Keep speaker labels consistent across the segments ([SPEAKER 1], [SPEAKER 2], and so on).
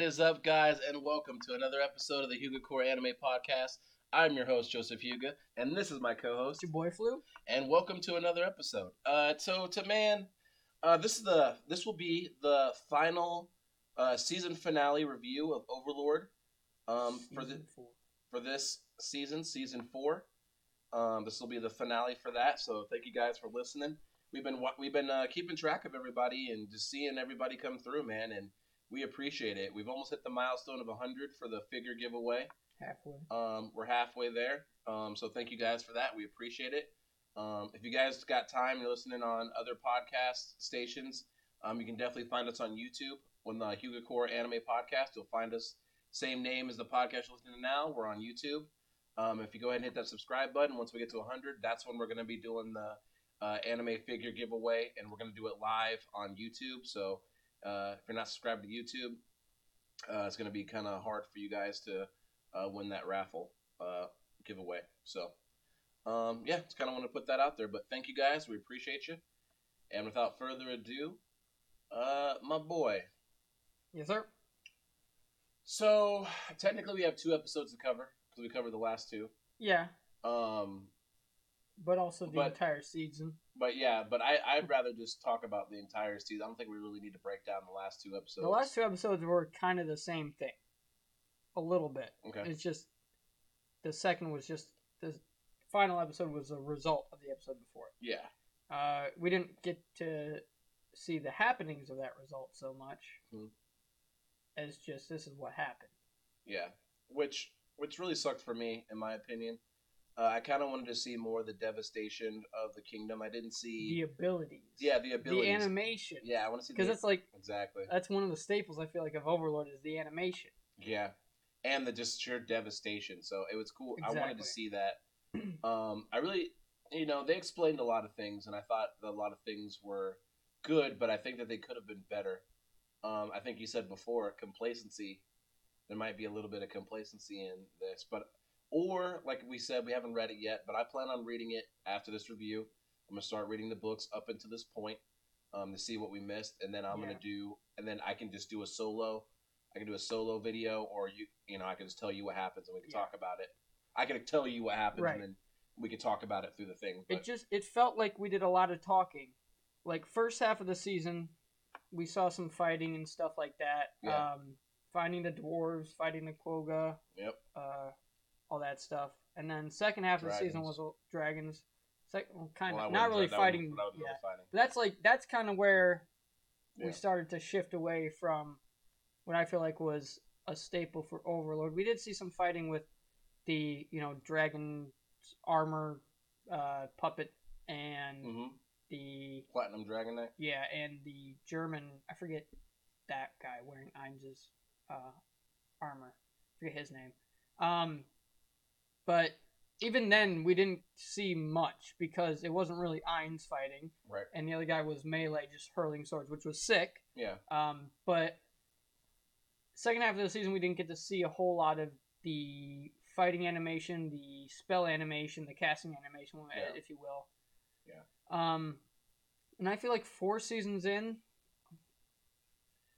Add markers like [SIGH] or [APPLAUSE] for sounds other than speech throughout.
[SPEAKER 1] is up, guys, and welcome to another episode of the Hugo Core Anime Podcast. I'm your host, Joseph Huga, and this is my co host,
[SPEAKER 2] your boy flu.
[SPEAKER 1] and welcome to another episode. Uh, so, to man, uh, this is the this will be the final uh, season finale review of Overlord um, for the,
[SPEAKER 2] Season four.
[SPEAKER 1] for this season, season four. Um, this will be the finale for that. So thank you guys for listening. We've been wa- we've been uh, keeping track of everybody and just seeing everybody come through, man, and we appreciate it. We've almost hit the milestone of 100 for the figure giveaway.
[SPEAKER 2] halfway.
[SPEAKER 1] Um, we're halfway there. Um, so thank you guys for that. We appreciate it. Um, if you guys got time, you're listening on other podcast stations. Um, you can definitely find us on YouTube. When the Hugo Core Anime Podcast, you'll find us same name as the podcast you're listening to now. We're on YouTube. Um, if you go ahead and hit that subscribe button, once we get to 100, that's when we're going to be doing the uh, anime figure giveaway, and we're going to do it live on YouTube. So uh, if you're not subscribed to YouTube, uh, it's going to be kind of hard for you guys to uh, win that raffle uh, giveaway. So, um, yeah, just kind of want to put that out there. But thank you guys. We appreciate you. And without further ado, uh, my boy.
[SPEAKER 2] Yes, sir.
[SPEAKER 1] So, technically, we have two episodes to cover because we covered the last two.
[SPEAKER 2] Yeah,
[SPEAKER 1] Um,
[SPEAKER 2] but also the
[SPEAKER 1] But-
[SPEAKER 2] entire season.
[SPEAKER 1] but yeah, but I, I'd rather just talk about the entire season. I don't think we really need to break down the last two episodes.
[SPEAKER 2] the last two episodes were kind of the same thing, a little bit.
[SPEAKER 1] Okay.
[SPEAKER 2] It's just the second was just the final episode was a result of the episode before it.
[SPEAKER 1] Yeah.
[SPEAKER 2] Uh, we didn't get to see the happenings of that result so much
[SPEAKER 1] Hmm.
[SPEAKER 2] as just this is what happened.
[SPEAKER 1] Yeah, which which really sucked for me, in my opinion. Uh, I kind of wanted to see more of the devastation of the kingdom. I didn't
[SPEAKER 2] The
[SPEAKER 1] see,
[SPEAKER 2] abilities.
[SPEAKER 1] yeah, the
[SPEAKER 2] The
[SPEAKER 1] abilities.
[SPEAKER 2] animation.
[SPEAKER 1] yeah, I want to see
[SPEAKER 2] Because
[SPEAKER 1] the-
[SPEAKER 2] that's like
[SPEAKER 1] exactly,
[SPEAKER 2] that's one of the staples I feel like of Overlord is the animation.
[SPEAKER 1] yeah, and the just sheer devastation. So it was cool. I wanted to
[SPEAKER 2] Exactly.
[SPEAKER 1] see that. [CLEARS THROAT] Um, I really, you know, they explained a lot of things, and I thought that a lot of things were good, but I think that they could have been better. Um, I think you said before complacency. There might be a little bit of complacency in this, but or like we said, we haven't read it yet, but I plan on reading it after this review. I'm gonna start reading the books up until this point um, to see what we missed, and then I'm
[SPEAKER 2] Yeah.
[SPEAKER 1] gonna do, and then I can just do a solo. I can do a solo video, or you, you know, I can just tell you what happens, and we can
[SPEAKER 2] Yeah.
[SPEAKER 1] talk about it. I can tell you what happens,
[SPEAKER 2] Right.
[SPEAKER 1] and then we can talk about it through the thing. But
[SPEAKER 2] It just it felt like we did a lot of talking. Like first half of the season, we saw some fighting and stuff like that.
[SPEAKER 1] Yeah.
[SPEAKER 2] Um, finding the dwarves, fighting the quoga,
[SPEAKER 1] yep,
[SPEAKER 2] uh, all that stuff. And then second half of the season
[SPEAKER 1] Dragons.
[SPEAKER 2] was uh, dragons. Second, well, kind
[SPEAKER 1] Well, I
[SPEAKER 2] of not
[SPEAKER 1] wouldn't-
[SPEAKER 2] really
[SPEAKER 1] that wouldn't-
[SPEAKER 2] fighting.
[SPEAKER 1] that wouldn't
[SPEAKER 2] yeah.
[SPEAKER 1] really fighting.
[SPEAKER 2] But that's like that's kind of where
[SPEAKER 1] Yeah.
[SPEAKER 2] we started to shift away from what I feel like was a staple for Overlord. We did see some fighting with the you know dragon armor uh, puppet and
[SPEAKER 1] Mhm.
[SPEAKER 2] the
[SPEAKER 1] Platinum Dragon Knight.
[SPEAKER 2] yeah and the German I forget that guy wearing Imes's uh, armor. I forget his name. Um, but even then we didn't see much because it wasn't really Imes fighting
[SPEAKER 1] Right.
[SPEAKER 2] and the other guy was melee, just hurling swords, which was sick.
[SPEAKER 1] Yeah.
[SPEAKER 2] Um, but second half of the season, we didn't get to see a whole lot of the fighting animation, the spell animation, the casting animation,
[SPEAKER 1] Yeah.
[SPEAKER 2] if you will.
[SPEAKER 1] Yeah.
[SPEAKER 2] Um, and I feel like four seasons in,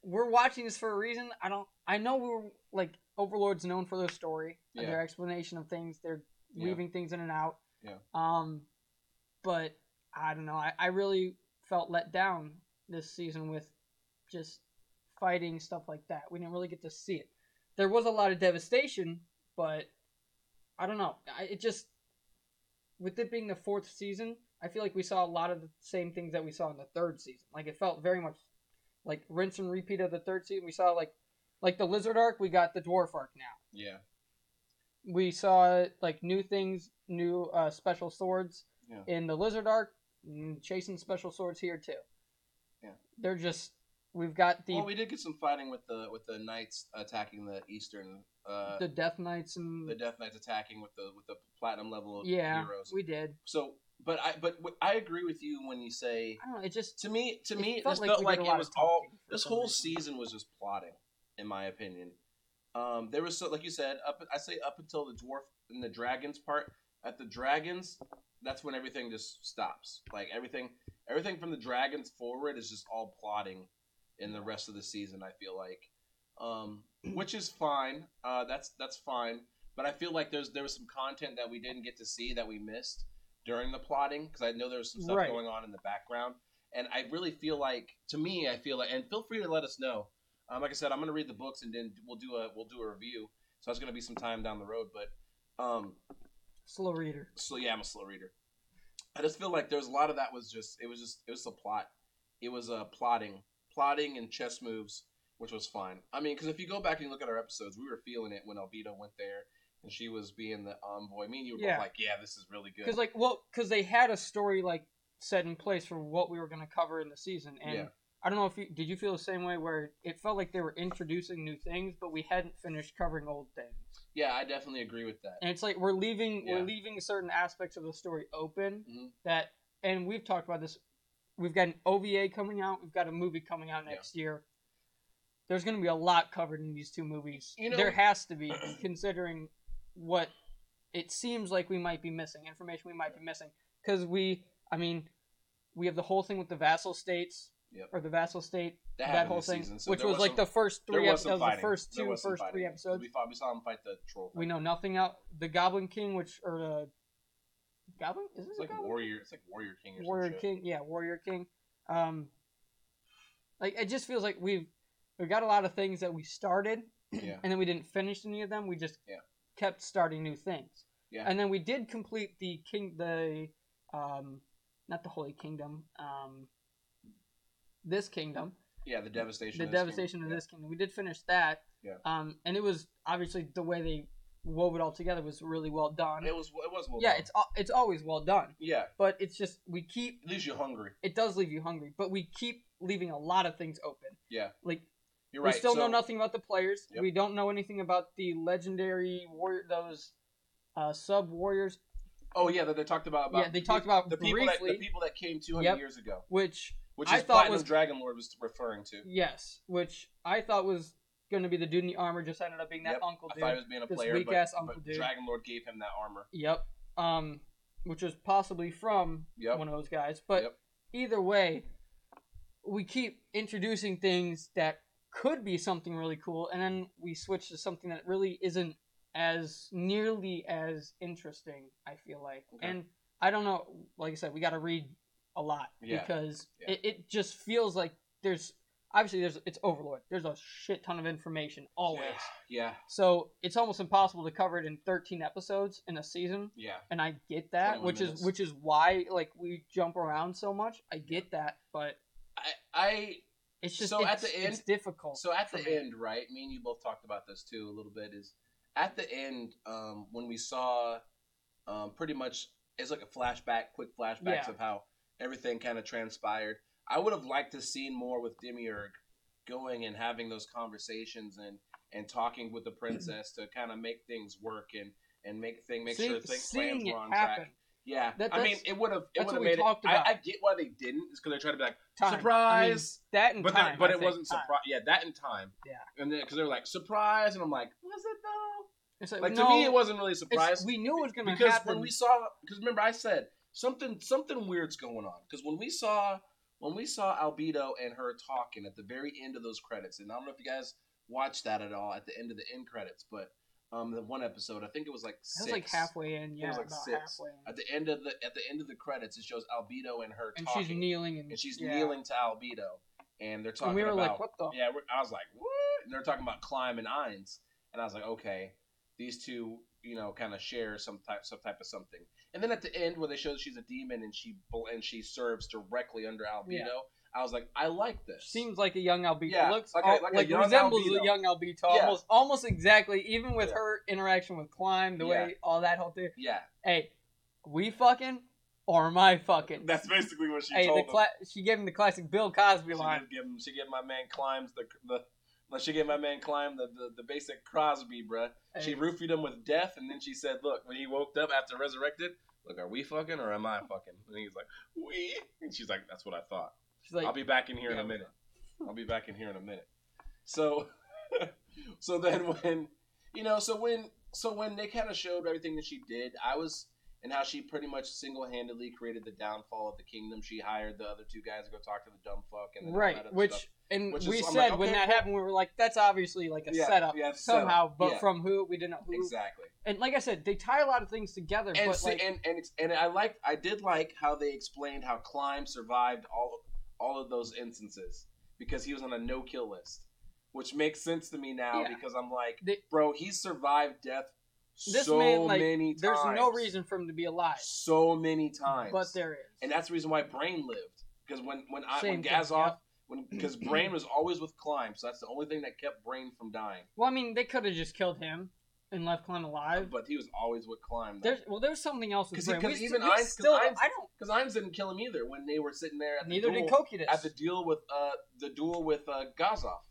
[SPEAKER 2] we're watching this for a reason. I don't. I know we're like Overlord's known for their story, and
[SPEAKER 1] Yeah.
[SPEAKER 2] their explanation of things, their
[SPEAKER 1] Yeah.
[SPEAKER 2] weaving things in and out.
[SPEAKER 1] Yeah.
[SPEAKER 2] Um, but I don't know. I, I really felt let down this season with just fighting stuff like that. We didn't really get to see it. There was a lot of devastation, but I don't know. I, it just with it being the fourth season, I feel like we saw a lot of the same things that we saw in the third season. Like it felt very much like rinse and repeat of the third season. We saw like like the lizard arc, we got the dwarf arc now
[SPEAKER 1] Yeah.
[SPEAKER 2] we saw like new things, new uh, special swords
[SPEAKER 1] Yeah.
[SPEAKER 2] in the Lizard Arc, mm, chasing special swords here too.
[SPEAKER 1] Yeah.
[SPEAKER 2] they're just we've got the
[SPEAKER 1] Well, we did get some fighting with the with the knights attacking the eastern uh,
[SPEAKER 2] the Death Knights and
[SPEAKER 1] the Death Knights attacking with the with the platinum level of
[SPEAKER 2] yeah,
[SPEAKER 1] heroes.
[SPEAKER 2] we did.
[SPEAKER 1] so, but I but w- I agree with you when you say
[SPEAKER 2] I don't know. It just
[SPEAKER 1] to me to me
[SPEAKER 2] it
[SPEAKER 1] it
[SPEAKER 2] felt
[SPEAKER 1] just
[SPEAKER 2] like
[SPEAKER 1] felt
[SPEAKER 2] we
[SPEAKER 1] like
[SPEAKER 2] did
[SPEAKER 1] it
[SPEAKER 2] a lot
[SPEAKER 1] was
[SPEAKER 2] of
[SPEAKER 1] all
[SPEAKER 2] talking for
[SPEAKER 1] this
[SPEAKER 2] some
[SPEAKER 1] whole
[SPEAKER 2] reason.
[SPEAKER 1] season was just plotting, in my opinion. Um, there was so like you said up I say up until the dwarf and the dragons part. At the dragons, that's when everything just stops. Like everything everything from the dragons forward is just all plotting in the rest of the season. I feel like. Um, which is fine. Uh, that's that's fine. But I feel like there's there was some content that we didn't get to see that we missed during the plotting because I know there was some stuff
[SPEAKER 2] Right.
[SPEAKER 1] going on in the background, and I really feel like to me I feel like and feel free to let us know. Um, like I said, I'm gonna read the books and then we'll do a we'll do a review. So that's gonna be some time down the road, but um,
[SPEAKER 2] Slow reader.
[SPEAKER 1] so yeah, I'm a slow reader. I just feel like there was a lot of that was just it was just it was a plot. It was uh, plotting, plotting and chess moves, which was fine. I mean, because if you go back and you look at our episodes, we were feeling it when Alvita went there and she was being the envoy. Me and you were
[SPEAKER 2] Yeah.
[SPEAKER 1] both like, yeah, this is really good.
[SPEAKER 2] Because like, well, because they had a story like set in place for what we were going to cover in the season, and
[SPEAKER 1] Yeah.
[SPEAKER 2] I don't know if you did you feel the same way where it felt like they were introducing new things, but we hadn't finished covering old things,
[SPEAKER 1] yeah, I definitely agree with that.
[SPEAKER 2] and it's like we're leaving
[SPEAKER 1] Yeah.
[SPEAKER 2] we're leaving certain aspects of the story open
[SPEAKER 1] Mhm.
[SPEAKER 2] that, and we've talked about this. We've got an OVA coming out. We've got a movie coming out
[SPEAKER 1] Yeah.
[SPEAKER 2] next year. There's going to be a lot covered in these two movies.
[SPEAKER 1] You know-
[SPEAKER 2] there has to
[SPEAKER 1] [CLEARS THROAT]
[SPEAKER 2] be, considering what it seems like we might be missing information we might be missing because we i mean we have the whole thing with the vassal states
[SPEAKER 1] Yep.
[SPEAKER 2] or the vassal state
[SPEAKER 1] That,
[SPEAKER 2] that,
[SPEAKER 1] happened
[SPEAKER 2] whole
[SPEAKER 1] this
[SPEAKER 2] thing
[SPEAKER 1] season, so
[SPEAKER 2] which
[SPEAKER 1] there
[SPEAKER 2] was, like
[SPEAKER 1] some-
[SPEAKER 2] the first
[SPEAKER 1] there
[SPEAKER 2] three
[SPEAKER 1] was some
[SPEAKER 2] episodes the
[SPEAKER 1] fighting.
[SPEAKER 2] first
[SPEAKER 1] There
[SPEAKER 2] two
[SPEAKER 1] was some
[SPEAKER 2] first three
[SPEAKER 1] fighting.
[SPEAKER 2] episodes
[SPEAKER 1] We, fought, we saw him fight the troll.
[SPEAKER 2] we
[SPEAKER 1] thing.
[SPEAKER 2] know nothing out the goblin king which or the goblin is this
[SPEAKER 1] It's
[SPEAKER 2] a
[SPEAKER 1] like
[SPEAKER 2] goblin
[SPEAKER 1] warrior. It's like warrior king or some
[SPEAKER 2] warrior
[SPEAKER 1] shit.
[SPEAKER 2] king yeah warrior king um like it just feels like we've we got a lot of things that we started
[SPEAKER 1] Yeah.
[SPEAKER 2] and then we didn't finish any of them we just
[SPEAKER 1] Yeah.
[SPEAKER 2] kept starting new things
[SPEAKER 1] Yeah.
[SPEAKER 2] and then we did complete the king the um not the holy kingdom um this kingdom
[SPEAKER 1] Yeah, the devastation.
[SPEAKER 2] the
[SPEAKER 1] of this king.
[SPEAKER 2] devastation of
[SPEAKER 1] Yeah.
[SPEAKER 2] this kingdom we did finish that
[SPEAKER 1] Yeah.
[SPEAKER 2] um and it was obviously the way they wove it all together was really well done
[SPEAKER 1] It was. It was well.
[SPEAKER 2] yeah
[SPEAKER 1] done.
[SPEAKER 2] it's al- it's always well done
[SPEAKER 1] yeah.
[SPEAKER 2] but it's just we keep
[SPEAKER 1] It leaves you hungry.
[SPEAKER 2] it does leave you hungry, but we keep leaving a lot of things open.
[SPEAKER 1] Yeah.
[SPEAKER 2] Like
[SPEAKER 1] You're
[SPEAKER 2] we
[SPEAKER 1] right.
[SPEAKER 2] still
[SPEAKER 1] so,
[SPEAKER 2] know nothing about the players.
[SPEAKER 1] Yep.
[SPEAKER 2] We don't know anything about the legendary warrior those uh, sub warriors,
[SPEAKER 1] Oh yeah, that they talked about. about
[SPEAKER 2] Yeah, they talked about
[SPEAKER 1] the people that the
[SPEAKER 2] briefly.
[SPEAKER 1] people that came 200
[SPEAKER 2] Yep.
[SPEAKER 1] years ago,
[SPEAKER 2] which
[SPEAKER 1] which is
[SPEAKER 2] I
[SPEAKER 1] I
[SPEAKER 2] thought
[SPEAKER 1] Platinum
[SPEAKER 2] was-
[SPEAKER 1] Dragon Lord was referring to.
[SPEAKER 2] yes, which I thought was going to be the dude in the armor, just ended up being that
[SPEAKER 1] Yep,
[SPEAKER 2] uncle
[SPEAKER 1] I
[SPEAKER 2] dude.
[SPEAKER 1] thought he was being a
[SPEAKER 2] this
[SPEAKER 1] player,
[SPEAKER 2] weak
[SPEAKER 1] but,
[SPEAKER 2] ass uncle
[SPEAKER 1] but
[SPEAKER 2] dude.
[SPEAKER 1] Dragon Lord gave him that armor.
[SPEAKER 2] Yep. Um, which was possibly from
[SPEAKER 1] Yep.
[SPEAKER 2] one of those guys. But
[SPEAKER 1] Yep.
[SPEAKER 2] either way, we keep introducing things that could be something really cool, and then we switch to something that really isn't as nearly as interesting. I feel like,
[SPEAKER 1] Okay.
[SPEAKER 2] and I don't know. Like I said, we got to read a lot
[SPEAKER 1] Yeah.
[SPEAKER 2] because
[SPEAKER 1] Yeah.
[SPEAKER 2] It, it just feels like there's obviously there's it's overload. There's a shit ton of information always.
[SPEAKER 1] Yeah,
[SPEAKER 2] So it's almost impossible to cover it in 13 episodes in a season
[SPEAKER 1] yeah,
[SPEAKER 2] and I get that,
[SPEAKER 1] 21
[SPEAKER 2] which
[SPEAKER 1] minutes.
[SPEAKER 2] is which is why like we jump around so much. I get that, but
[SPEAKER 1] yeah. I,
[SPEAKER 2] it's just
[SPEAKER 1] So
[SPEAKER 2] it's,
[SPEAKER 1] at the end-
[SPEAKER 2] it's
[SPEAKER 1] I
[SPEAKER 2] difficult.
[SPEAKER 1] so at the
[SPEAKER 2] for me.
[SPEAKER 1] end, right? Me and you both talked about this too a little bit. Is at the end um, when we saw um, pretty much it's like a flashback, quick flashbacks
[SPEAKER 2] Yeah.
[SPEAKER 1] of how everything kind of transpired. I would have liked to seen more with Demiurge going and having those conversations and and talking
[SPEAKER 2] [CLEARS THROAT]
[SPEAKER 1] with the princess to kind of make things work and and make thing make
[SPEAKER 2] See-
[SPEAKER 1] sure things plans
[SPEAKER 2] seeing
[SPEAKER 1] were
[SPEAKER 2] it
[SPEAKER 1] on
[SPEAKER 2] happen.
[SPEAKER 1] track. Yeah,
[SPEAKER 2] That-
[SPEAKER 1] I mean,
[SPEAKER 2] that's-
[SPEAKER 1] it would have it
[SPEAKER 2] that's
[SPEAKER 1] would
[SPEAKER 2] what
[SPEAKER 1] have
[SPEAKER 2] we
[SPEAKER 1] made it.
[SPEAKER 2] talked about.
[SPEAKER 1] I, I get why they didn't. It's because they tried to be like
[SPEAKER 2] Time. I mean,
[SPEAKER 1] surprise,
[SPEAKER 2] that and
[SPEAKER 1] but
[SPEAKER 2] time,
[SPEAKER 1] that, but
[SPEAKER 2] I
[SPEAKER 1] it
[SPEAKER 2] think,
[SPEAKER 1] wasn't
[SPEAKER 2] time.
[SPEAKER 1] surprise. Yeah, that in time.
[SPEAKER 2] Yeah.
[SPEAKER 1] and then because they were like surprise, and I'm like, was it though?
[SPEAKER 2] It's like,
[SPEAKER 1] Like
[SPEAKER 2] no,
[SPEAKER 1] to me, it wasn't really a
[SPEAKER 2] it's-
[SPEAKER 1] surprise
[SPEAKER 2] We knew it was gonna
[SPEAKER 1] because
[SPEAKER 2] happen.
[SPEAKER 1] when we saw because remember I said something something weird's going on because when we saw when we saw Albedo and her talking at the very end of those credits and I don't know if you guys watched that at all at the end of the end credits but um the one episode I think it was like
[SPEAKER 2] that
[SPEAKER 1] six
[SPEAKER 2] was like halfway in, yeah,
[SPEAKER 1] was like
[SPEAKER 2] about
[SPEAKER 1] six.
[SPEAKER 2] halfway in,
[SPEAKER 1] at the end of the at the end of the credits it shows Albedo and her
[SPEAKER 2] and
[SPEAKER 1] talking
[SPEAKER 2] she's kneeling and,
[SPEAKER 1] and she's
[SPEAKER 2] yeah.
[SPEAKER 1] kneeling to Albedo and they're talking
[SPEAKER 2] And we were
[SPEAKER 1] about
[SPEAKER 2] like, what the?
[SPEAKER 1] yeah, we're, I was like, what? And they're talking about Climb and Ines, and I was like, okay, these two, you know, kind of share some type, some type of something. And then at the end, where they show that she's a demon and she bl- and she serves directly under Albedo,
[SPEAKER 2] Yeah.
[SPEAKER 1] I was like, I like this.
[SPEAKER 2] Seems like a young Albedo.
[SPEAKER 1] Yeah,
[SPEAKER 2] looks
[SPEAKER 1] like
[SPEAKER 2] like,
[SPEAKER 1] a- like a young
[SPEAKER 2] resembles
[SPEAKER 1] Albedo.
[SPEAKER 2] a young Albedo
[SPEAKER 1] Yeah.
[SPEAKER 2] almost almost exactly. Even with
[SPEAKER 1] Yeah.
[SPEAKER 2] her interaction with Climb, the
[SPEAKER 1] Yeah.
[SPEAKER 2] way all that whole thing.
[SPEAKER 1] yeah,
[SPEAKER 2] Hey, we fucking or my fucking.
[SPEAKER 1] that's basically what she
[SPEAKER 2] hey,
[SPEAKER 1] told
[SPEAKER 2] the
[SPEAKER 1] him.
[SPEAKER 2] cla- she gave him the classic Bill Cosby
[SPEAKER 1] she
[SPEAKER 2] line.
[SPEAKER 1] did give him. She gave my man climbs the the. like, She gave my man climb the, the, the basic Crosby, bruh. She
[SPEAKER 2] Hey,
[SPEAKER 1] roofied him with death, and then she said, "Look, when he woke up after resurrected, look, are we fucking or am I fucking?" And he's like, "We," and she's like, "That's what I thought."
[SPEAKER 2] she's like,
[SPEAKER 1] I'll be back in here in
[SPEAKER 2] Yeah,
[SPEAKER 1] a
[SPEAKER 2] we're
[SPEAKER 1] minute. I'll be back in here in a minute. So, [LAUGHS] so then when you know, so when so when they kind of showed everything that she did, I was and how she pretty much single-handedly created the downfall of the kingdom. She hired the other two guys to go talk to the dumb fuck and then all that
[SPEAKER 2] right
[SPEAKER 1] other
[SPEAKER 2] which
[SPEAKER 1] stuff.
[SPEAKER 2] and
[SPEAKER 1] Which
[SPEAKER 2] we
[SPEAKER 1] is- I'm
[SPEAKER 2] said
[SPEAKER 1] like,
[SPEAKER 2] when
[SPEAKER 1] okay,
[SPEAKER 2] that
[SPEAKER 1] well-
[SPEAKER 2] happened we were like that's obviously like a
[SPEAKER 1] Yeah,
[SPEAKER 2] setup
[SPEAKER 1] yeah, it's a setup,
[SPEAKER 2] somehow but
[SPEAKER 1] yeah.
[SPEAKER 2] from who we didn't know who
[SPEAKER 1] exactly.
[SPEAKER 2] and like i said they tie a lot of things together
[SPEAKER 1] and
[SPEAKER 2] but
[SPEAKER 1] see-
[SPEAKER 2] like
[SPEAKER 1] and and, it's, and I like I did like how they explained how Klein survived all all of those instances because he was on a no kill list, which makes sense to me now
[SPEAKER 2] Yeah.
[SPEAKER 1] because I'm like,
[SPEAKER 2] They-
[SPEAKER 1] bro, he survived death
[SPEAKER 2] This
[SPEAKER 1] so
[SPEAKER 2] man, like,
[SPEAKER 1] many
[SPEAKER 2] there's
[SPEAKER 1] times.
[SPEAKER 2] no reason for him to be alive
[SPEAKER 1] So many times,
[SPEAKER 2] but there is
[SPEAKER 1] and that's the reason why Brain lived because when when I
[SPEAKER 2] Same
[SPEAKER 1] when
[SPEAKER 2] thing,
[SPEAKER 1] Gazoff
[SPEAKER 2] yeah.
[SPEAKER 1] when because Brain was always with Klein, so that's the only thing that kept Brain from dying.
[SPEAKER 2] well i mean they could have just killed him and left Klein alive
[SPEAKER 1] But he was always with Klein. though.
[SPEAKER 2] there's well there's something else with
[SPEAKER 1] 'Cause he-
[SPEAKER 2] Brain.
[SPEAKER 1] 'cause
[SPEAKER 2] We st-
[SPEAKER 1] even
[SPEAKER 2] we
[SPEAKER 1] Einstein-
[SPEAKER 2] still
[SPEAKER 1] Einstein-
[SPEAKER 2] i don't
[SPEAKER 1] Because Imes didn't kill him either when they were sitting there at the
[SPEAKER 2] neither did
[SPEAKER 1] duel, at the
[SPEAKER 2] Kokidas.
[SPEAKER 1] deal with uh the duel with uh Gazov.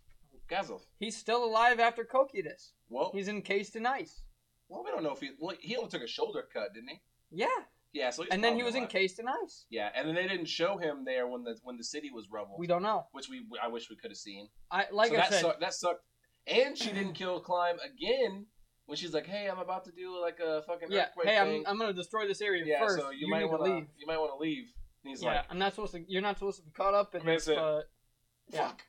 [SPEAKER 1] Gazov.
[SPEAKER 2] he's still alive after Kokidas.
[SPEAKER 1] Well,
[SPEAKER 2] he's encased in ice
[SPEAKER 1] well, we don't know if he well, he only took a shoulder cut, didn't he?
[SPEAKER 2] yeah
[SPEAKER 1] Yeah, so he's
[SPEAKER 2] and then he
[SPEAKER 1] probably
[SPEAKER 2] was
[SPEAKER 1] alive.
[SPEAKER 2] encased in ice
[SPEAKER 1] Yeah, and then they didn't show him there when the when the city was rubble,
[SPEAKER 2] we don't know
[SPEAKER 1] which we I wish we could have seen.
[SPEAKER 2] i like
[SPEAKER 1] so
[SPEAKER 2] i
[SPEAKER 1] that
[SPEAKER 2] said
[SPEAKER 1] sucked. That sucked. And she didn't kill Climb again when she's like, "Hey, I'm about to do like a fucking
[SPEAKER 2] yeah
[SPEAKER 1] earthquake
[SPEAKER 2] hey
[SPEAKER 1] thing."
[SPEAKER 2] I'm, I'm gonna destroy this area
[SPEAKER 1] yeah,
[SPEAKER 2] first
[SPEAKER 1] so you, might
[SPEAKER 2] need to
[SPEAKER 1] want
[SPEAKER 2] leave
[SPEAKER 1] to you might want to leave. And he's
[SPEAKER 2] yeah,
[SPEAKER 1] like,
[SPEAKER 2] I'm not supposed to. You're not supposed to be caught up in
[SPEAKER 1] I mean,
[SPEAKER 2] this.
[SPEAKER 1] it's a-
[SPEAKER 2] But Yeah.
[SPEAKER 1] Fuck.